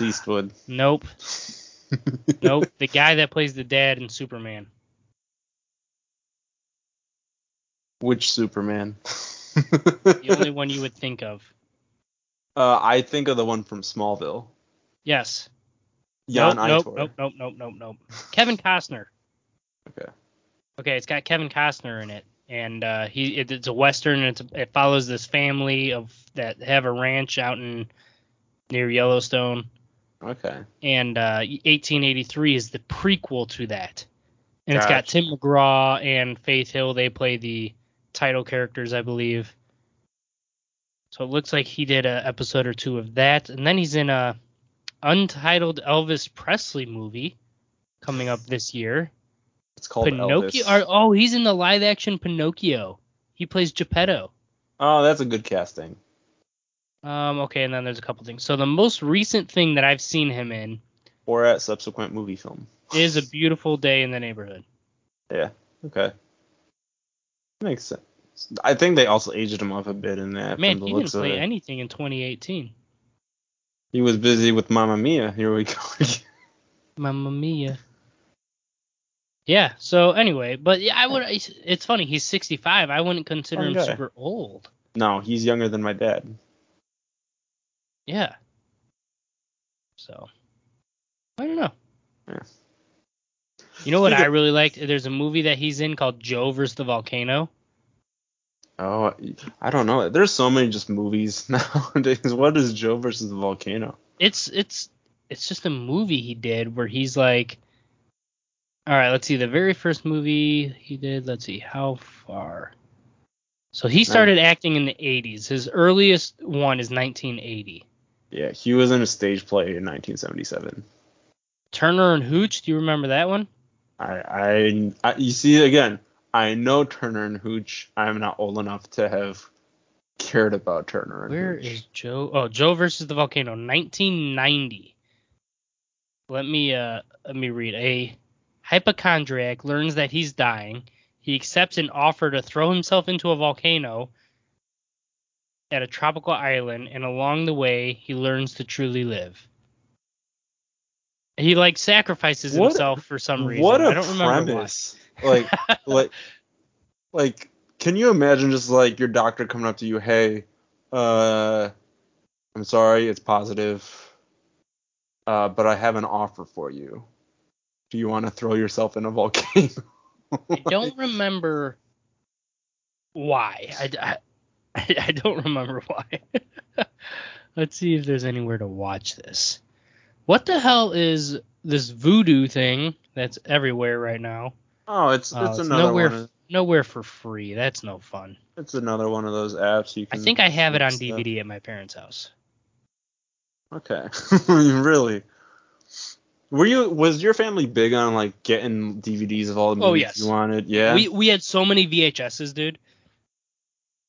S2: Eastwood.
S1: Nope. Nope. the guy that plays the dad in Superman.
S2: Which Superman?
S1: The only one you would think of.
S2: uh, I think of the one from Smallville.
S1: Yes.
S2: Jan
S1: nope, nope,
S2: Itor.
S1: nope, nope, nope, nope, nope. Kevin Costner.
S2: Okay.
S1: Okay, it's got Kevin Costner in it, and uh, he it, it's a western. And it's, it follows this family of that have a ranch out in near Yellowstone.
S2: Okay.
S1: and uh, 1883 is the prequel to that. And it's got
S2: Gotcha.
S1: Tim McGraw and Faith Hill. They play the title characters, I believe. So it looks like he did a episode or two of that, and then he's in a untitled Elvis Presley movie coming up this year.
S2: It's called
S1: Pinocchio.
S2: Elvis.
S1: or- oh, he's in the live action Pinocchio. He plays Geppetto.
S2: Oh, that's a good casting.
S1: Um, okay, and then there's a couple things. So the most recent thing that I've seen him in
S2: Or at subsequent movie film.
S1: is A Beautiful Day in the Neighborhood.
S2: Yeah. Okay. Makes sense. I think they also aged him up a bit in that.
S1: Man,
S2: from the
S1: he didn't
S2: looks of
S1: play
S2: it.
S1: anything in 2018.
S2: He was busy with Mamma Mia. Here we go.
S1: Mamma mia. Yeah. So anyway, but yeah, I would. It's it's funny. He's 65. I wouldn't consider
S2: Young
S1: him
S2: guy.
S1: super old.
S2: no, he's younger than my dad.
S1: Yeah. So I don't know.
S2: Yeah.
S1: You know what
S2: Speak
S1: I
S2: of-
S1: really liked? There's a movie that he's in called Joe versus the Volcano.
S2: Oh, I don't know. There's so many just movies nowadays. What is Joe versus the volcano?
S1: It's it's it's just a movie he did where he's like, all right, let's see the very first movie he did. Let's see how far. So he started acting in the 80s. His earliest one is 1980.
S2: Yeah, he was in a stage play in 1977.
S1: Turner and Hooch. Do you remember that one?
S2: I, I, I you see again. I know Turner and Hooch. I'm not old enough to have cared about Turner and
S1: Where
S2: Hooch.
S1: is Joe? Oh, Joe versus the volcano, 1990. Let me uh let me read. A hypochondriac learns that he's dying. He accepts an offer to throw himself into a volcano at a tropical island, and along the way, he learns to truly live. He like sacrifices
S2: What a-
S1: himself for some reason.
S2: What a
S1: I don't remember why.
S2: premise! Like, like, like, can you imagine just like your doctor coming up to you, hey, uh, I'm sorry, it's positive. uh, but I have an offer for you. Do you want to throw yourself in a volcano?
S1: I don't remember why. I, I, I don't remember why. Let's see if there's anywhere to watch this. What the hell is this voodoo thing that's everywhere right now?
S2: oh, it's it's
S1: Oh, it's
S2: another
S1: nowhere,
S2: one. Of,
S1: nowhere for free. That's no fun.
S2: it's another one of those apps you
S1: I
S2: can.
S1: think I have it on
S2: stuff.
S1: DVD at my parents' house.
S2: Okay, really. Were you was your family big on like getting DVDs of all the movies
S1: Oh, yes.
S2: you wanted? Yeah.
S1: We we had so many VHSs, dude.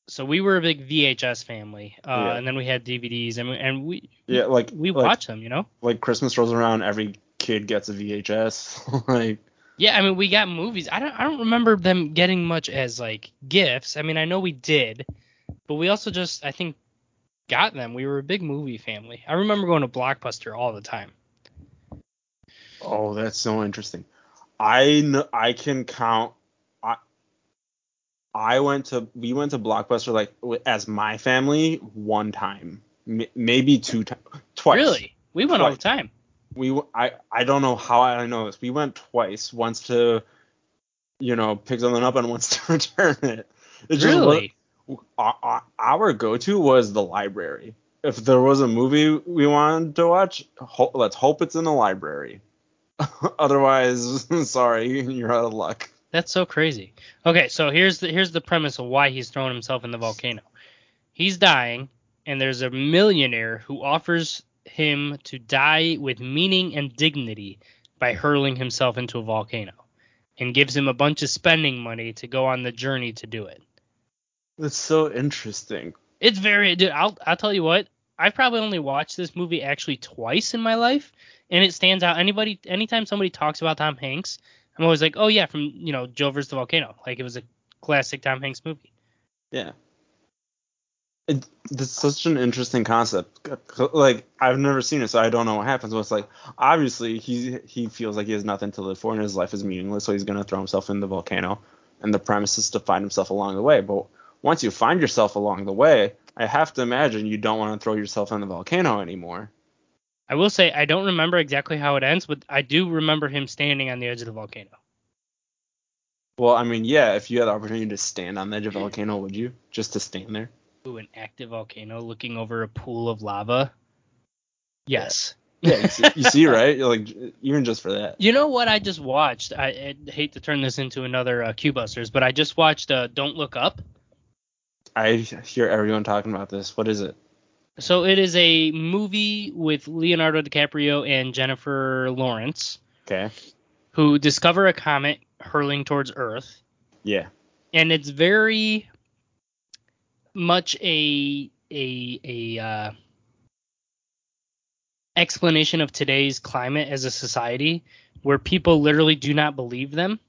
S1: So we were a big VHS family, uh,
S2: Yeah.
S1: and then we had DVDs, and we, and we
S2: yeah, like
S1: we
S2: like,
S1: watched them, you know.
S2: like Christmas rolls around, every kid gets a VHS. like
S1: Yeah, I mean, we got movies. I don't I don't remember them getting much as like gifts. I mean, I know we did, but we also just I think got them. We were a big movie family. I remember going to Blockbuster all the time.
S2: Oh, that's so interesting. I kn- I can count. I I went to we went to Blockbuster like w- as my family one time, M- maybe two times, twice.
S1: Really, we went all the
S2: Twice.
S1: time.
S2: We w- I I don't know how I know this. We went twice. Once to, you know, pick something up and once to return it. It just wa-
S1: Really,
S2: our- our, our go-to was the library. If there was a movie we wanted to watch, ho- let's hope it's in the library. Otherwise, sorry, you're out of luck.
S1: that's so crazy. Okay, so here's the here's the premise of why he's throwing himself in the volcano. He's dying, and there's a millionaire who offers him to die with meaning and dignity by hurling himself into a volcano, and gives him a bunch of spending money to go on the journey to do it.
S2: That's so interesting.
S1: It's very dude. I'll I'll tell you what. I've probably only watched this movie actually twice in my life, and it stands out. Anybody, anytime somebody talks about Tom Hanks, I'm always like, oh yeah, from you know Joe versus the volcano. Like it was a classic Tom Hanks movie.
S2: Yeah. It, that's such an interesting concept. Like I've never seen it, so I don't know what happens. But it's like obviously he he feels like he has nothing to live for, and his life is meaningless, so he's gonna throw himself in the volcano. And the premise is to find himself along the way. But once you find yourself along the way, I have to imagine you don't want to throw yourself in the volcano anymore.
S1: I will say I don't remember exactly how it ends, but I do remember him standing on the edge of the volcano.
S2: Well, I mean, yeah, if you had the opportunity to stand on the edge of a volcano, would you? Just to stand there?
S1: Ooh, an active volcano looking over a pool of lava. Yes.
S2: Yeah, you see, you see right? You're like even just for that.
S1: You know what I just watched? I, I hate to turn this into another uh, Q Busters, but I just watched uh, Don't Look Up.
S2: I hear everyone talking about this. What is it?
S1: So it is a movie with Leonardo DiCaprio and Jennifer Lawrence
S2: Okay.
S1: who discover a comet hurling towards Earth,
S2: Yeah.
S1: and it's very much a a a uh, explanation of today's climate as a society where people literally do not believe them,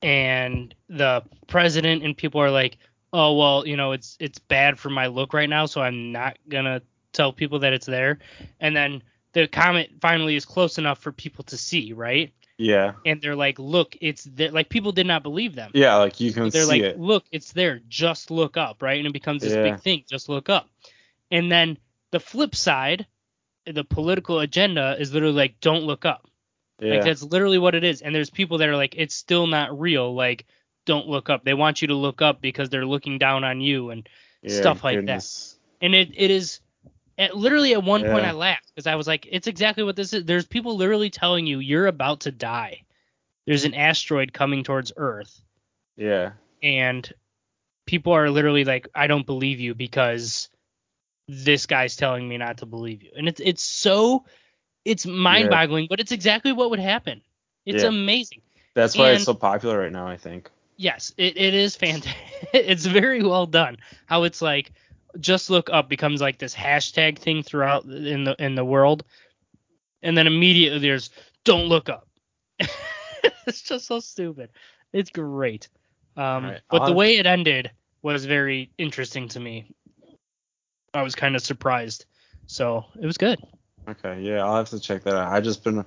S1: and the president and people are like, oh well, you know it's it's bad for my look right now, so I'm not gonna tell people that it's there, and then the comet finally is close enough for people to see, right?
S2: Yeah.
S1: and they're like, look, it's there. Like people did not believe them.
S2: Yeah, like you can
S1: they're
S2: see
S1: like,
S2: it.
S1: look, it's there. Just look up, right? And it becomes this
S2: Yeah.
S1: big thing. Just look up. And then the flip side, the political agenda is literally like, don't look up. Like
S2: Yeah.
S1: that's literally what it is. And there's people that are like, it's still not real. Like, don't look up. They want you to look up because they're looking down on you. And
S2: Yeah,
S1: stuff like that.
S2: goodness.
S1: and it it is. At, literally at one point
S2: Yeah.
S1: I laughed because I was like, it's exactly what this is. There's people literally telling you you're about to die. There's an asteroid coming towards Earth.
S2: Yeah.
S1: and people are literally like i don't believe you because this guy's telling me not to believe you and it's it's so it's mind-boggling but it's exactly what would happen it's
S2: Yeah.
S1: amazing
S2: That's why it's
S1: And-
S2: so popular right now, I think.
S1: yes it, it is fantastic it's very well done how it's like just look up becomes like this hashtag thing throughout in the in the world and then immediately there's don't look up it's just so stupid it's great um
S2: Alright,
S1: but the
S2: I'll-
S1: way it ended was very interesting to me i was kind of surprised so it was good
S2: Okay, yeah, I'll have to check that out. I've just been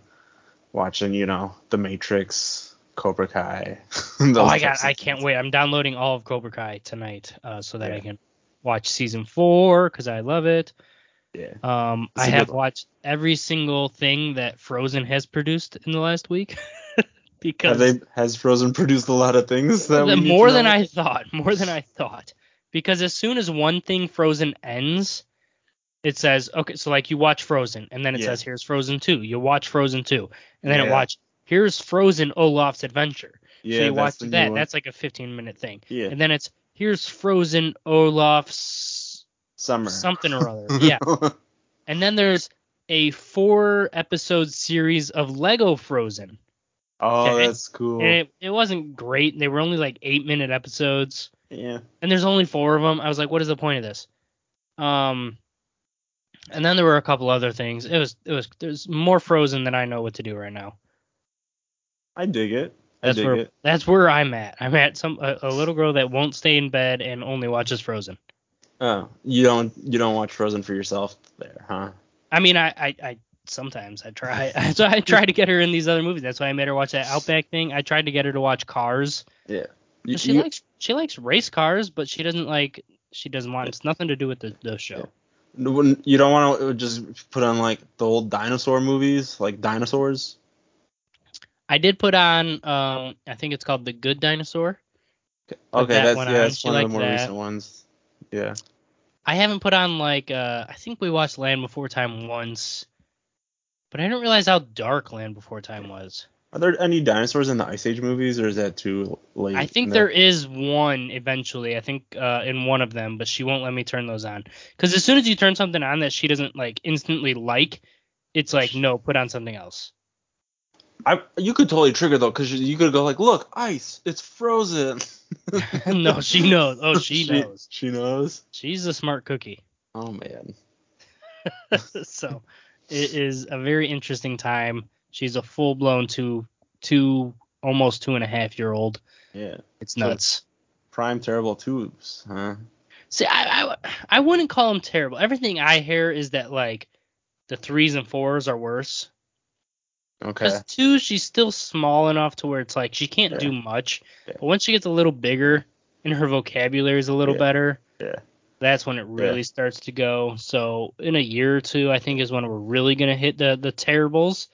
S2: watching, you know, The Matrix, Cobra Kai. those
S1: oh my god
S2: types of
S1: i can't
S2: things.
S1: wait i'm downloading all of cobra kai tonight uh, so that i
S2: Yeah.
S1: can watch season four because i love it
S2: Yeah.
S1: Um,
S2: It's
S1: I
S2: a good
S1: have
S2: one.
S1: watched every single thing that Frozen has produced in the last week
S2: Have
S1: because
S2: they has Frozen produced a lot of things that we
S1: Th-
S2: need to
S1: more than
S2: know?
S1: I thought. More than I thought. Because as soon as one thing Frozen ends, it says okay. So like you watch Frozen, and then it
S2: Yeah.
S1: says here's Frozen two. You watch Frozen two, and then it
S2: Yeah.
S1: watch here's Frozen Olaf's Adventure.
S2: Yeah,
S1: so you
S2: that's
S1: watch
S2: the new
S1: that.
S2: one.
S1: That's like a 15 minute thing.
S2: Yeah.
S1: And then it's here's Frozen Olaf's
S2: summer. Oh,
S1: something or other. yeah. And then there's a four episode series of Lego Frozen.
S2: oh,
S1: Okay.
S2: that's cool.
S1: And it, it wasn't great. They were only like eight minute episodes
S2: yeah.
S1: and there's only four of them. I was like, what is the point of this? Um, and then there were a couple other things. It was it was there's more Frozen than I know what to do right now.
S2: I dig it. I
S1: That's
S2: dig
S1: where
S2: it.
S1: that's where I'm at. I'm at some a, a little girl that won't stay in bed and only watches Frozen.
S2: Oh, you don't you don't watch Frozen for yourself there, huh?
S1: I mean, I I, I sometimes I try so I try to get her in these other movies. That's why I made her watch that Outback thing. I tried to get her to watch Cars.
S2: Yeah. You,
S1: But she
S2: you-
S1: likes she likes race cars, but she doesn't like she doesn't want it's nothing to do with the, the show.
S2: wouldn't- you don't want to just put on like the old dinosaur movies, like dinosaurs.
S1: I did put on um I think it's called The Good Dinosaur. Put
S2: Okay,
S1: that
S2: that's
S1: one
S2: yeah,
S1: on.
S2: that's
S1: She
S2: one of the
S1: liked
S2: more
S1: that.
S2: recent ones. Yeah.
S1: I haven't put on like uh I think we watched Land Before Time once, but I didn't realize how dark Land Before Time was.
S2: Are there any dinosaurs in the Ice Age movies, or is that too late?
S1: I think
S2: in the-
S1: there is one eventually. I think uh, in one of them, but she won't let me turn those on because as soon as you turn something on that she doesn't like instantly like, it's like no, put on something else.
S2: I, you could totally trigger though, because you could go like, "Look, ice, it's frozen."
S1: no, she knows. Oh, she knows.
S2: She knows.
S1: She's a smart cookie.
S2: Oh man.
S1: so it is a very interesting time. She's a full blown two, two, almost two and a half year old.
S2: Yeah.
S1: It's
S2: Sure.
S1: nuts.
S2: Prime terrible tubes, huh?
S1: See, I, I I wouldn't call them terrible. Everything I hear is that like the threes and fours are worse.
S2: Okay.
S1: Because two, she's still small enough to where it's like she can't
S2: Yeah.
S1: do much.
S2: Yeah.
S1: But once she gets a little bigger and her vocabulary is a little
S2: Yeah.
S1: better,
S2: Yeah.
S1: that's when it really starts to go. So in a year or two, I think is when we're really gonna hit the the terribles.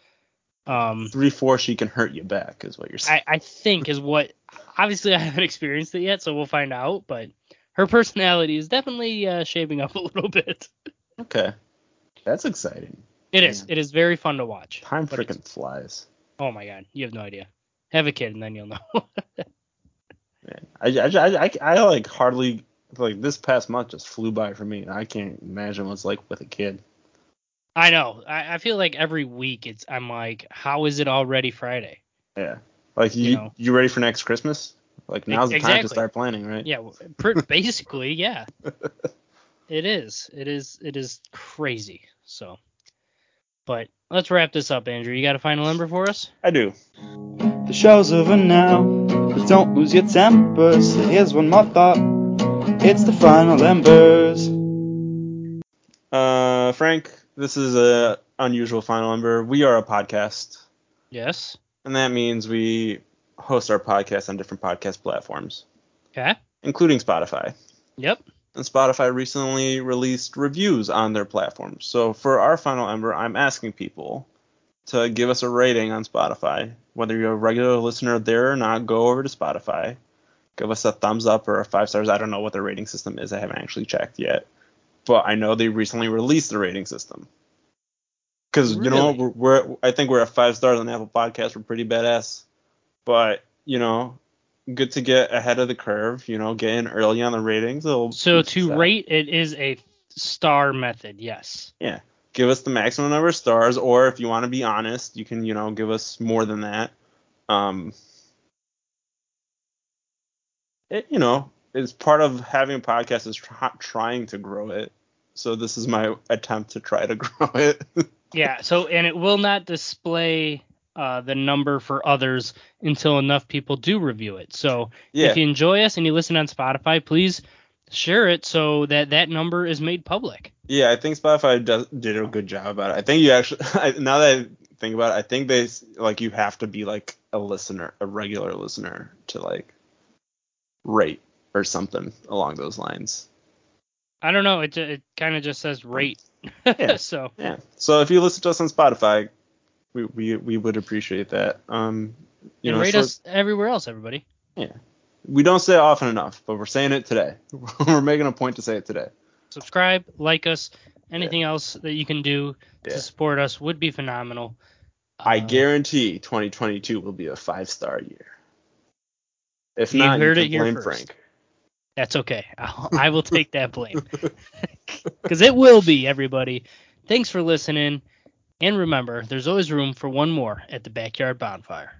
S1: Um,
S2: Three four, she can hurt you back, is what you're saying.
S1: I, I think is what obviously I haven't experienced it yet, so we'll find out. But her personality is definitely uh, shaping up a little bit.
S2: okay. That's exciting.
S1: It is. It is very fun to watch.
S2: Time
S1: But it's-
S2: freaking flies.
S1: Oh my god, you have no idea. Have a kid and then you'll know.
S2: I, I, I, I, I like hardly like this past month just flew by for me. and I can't imagine what it's like with a kid.
S1: I know. I, I feel like every week it's I'm like, how is it already Friday?
S2: Yeah. Like you,
S1: You
S2: you,
S1: know. E-
S2: ready for next Christmas? Like now's the time to
S1: exactly.
S2: start planning, right?
S1: Yeah, well, pr- basically, yeah. It is. It is. It is crazy. So, but let's wrap this up, Andrew. You got a final number for us?
S2: I do.
S3: The show's over now, but don't lose your temper. So here's one more thought. It's the final embers.
S2: Uh, Frank, this is a unusual final number. We are a podcast,
S1: Yes.
S2: and that means we host our podcast on different podcast platforms,
S1: Okay.
S2: including Spotify.
S1: Yep.
S2: And Spotify recently released reviews on their platform. So for our final ember, I'm asking people to give us a rating on Spotify. Whether you're a regular listener there or not, go over to Spotify, give us a thumbs up or a five stars. I don't know what their rating system is. I haven't actually checked yet, but I know they recently released the rating system. Because you know
S1: Really?
S2: we're, we're I think we're at five stars on Apple Podcasts. We're pretty badass, but you know good to get ahead of the curve. You know, get in early on the ratings. It'll
S1: So
S2: boost
S1: to
S2: us up.
S1: rate, it is a star method. Yes.
S2: Yeah. Give us the maximum number of stars, or if you want to be honest, you can, you know, give us more than that. Um, it, you know, it's part of having a podcast is tr- trying to grow it. So this is my attempt to try to grow it.
S1: Yeah. So and it will not display uh, the number for others until enough people do review it. So
S2: yeah.
S1: if you enjoy us and you listen on Spotify, please share it so that that number is made public.
S2: Yeah, I think Spotify does, did a good job about it. I think you actually I, now that I think about it, I think they s- like you have to be like a listener, a regular listener to like rate or something along those lines.
S1: I don't know. It it kind of just says rate.
S2: Yeah.
S1: so
S2: Yeah. So if you listen to us on Spotify, we we, we would appreciate that. Um, you
S1: and
S2: know,
S1: rate
S2: short-
S1: us everywhere else, everybody.
S2: we don't say it often enough, but we're saying it today. we're making a point to say it today.
S1: Subscribe, like us. Anything else that you can do
S2: Yeah.
S1: to support us would be phenomenal.
S2: I
S1: Uh,
S2: guarantee 2022 will be a five star year. If
S1: You
S2: not,
S1: heard
S2: you
S1: it
S2: can
S1: here
S2: blame
S1: first.
S2: Frank.
S1: That's okay. I'll, I will take that blame. Because it will be, everybody. Thanks for listening. And remember, there's always room for one more at the backyard bonfire.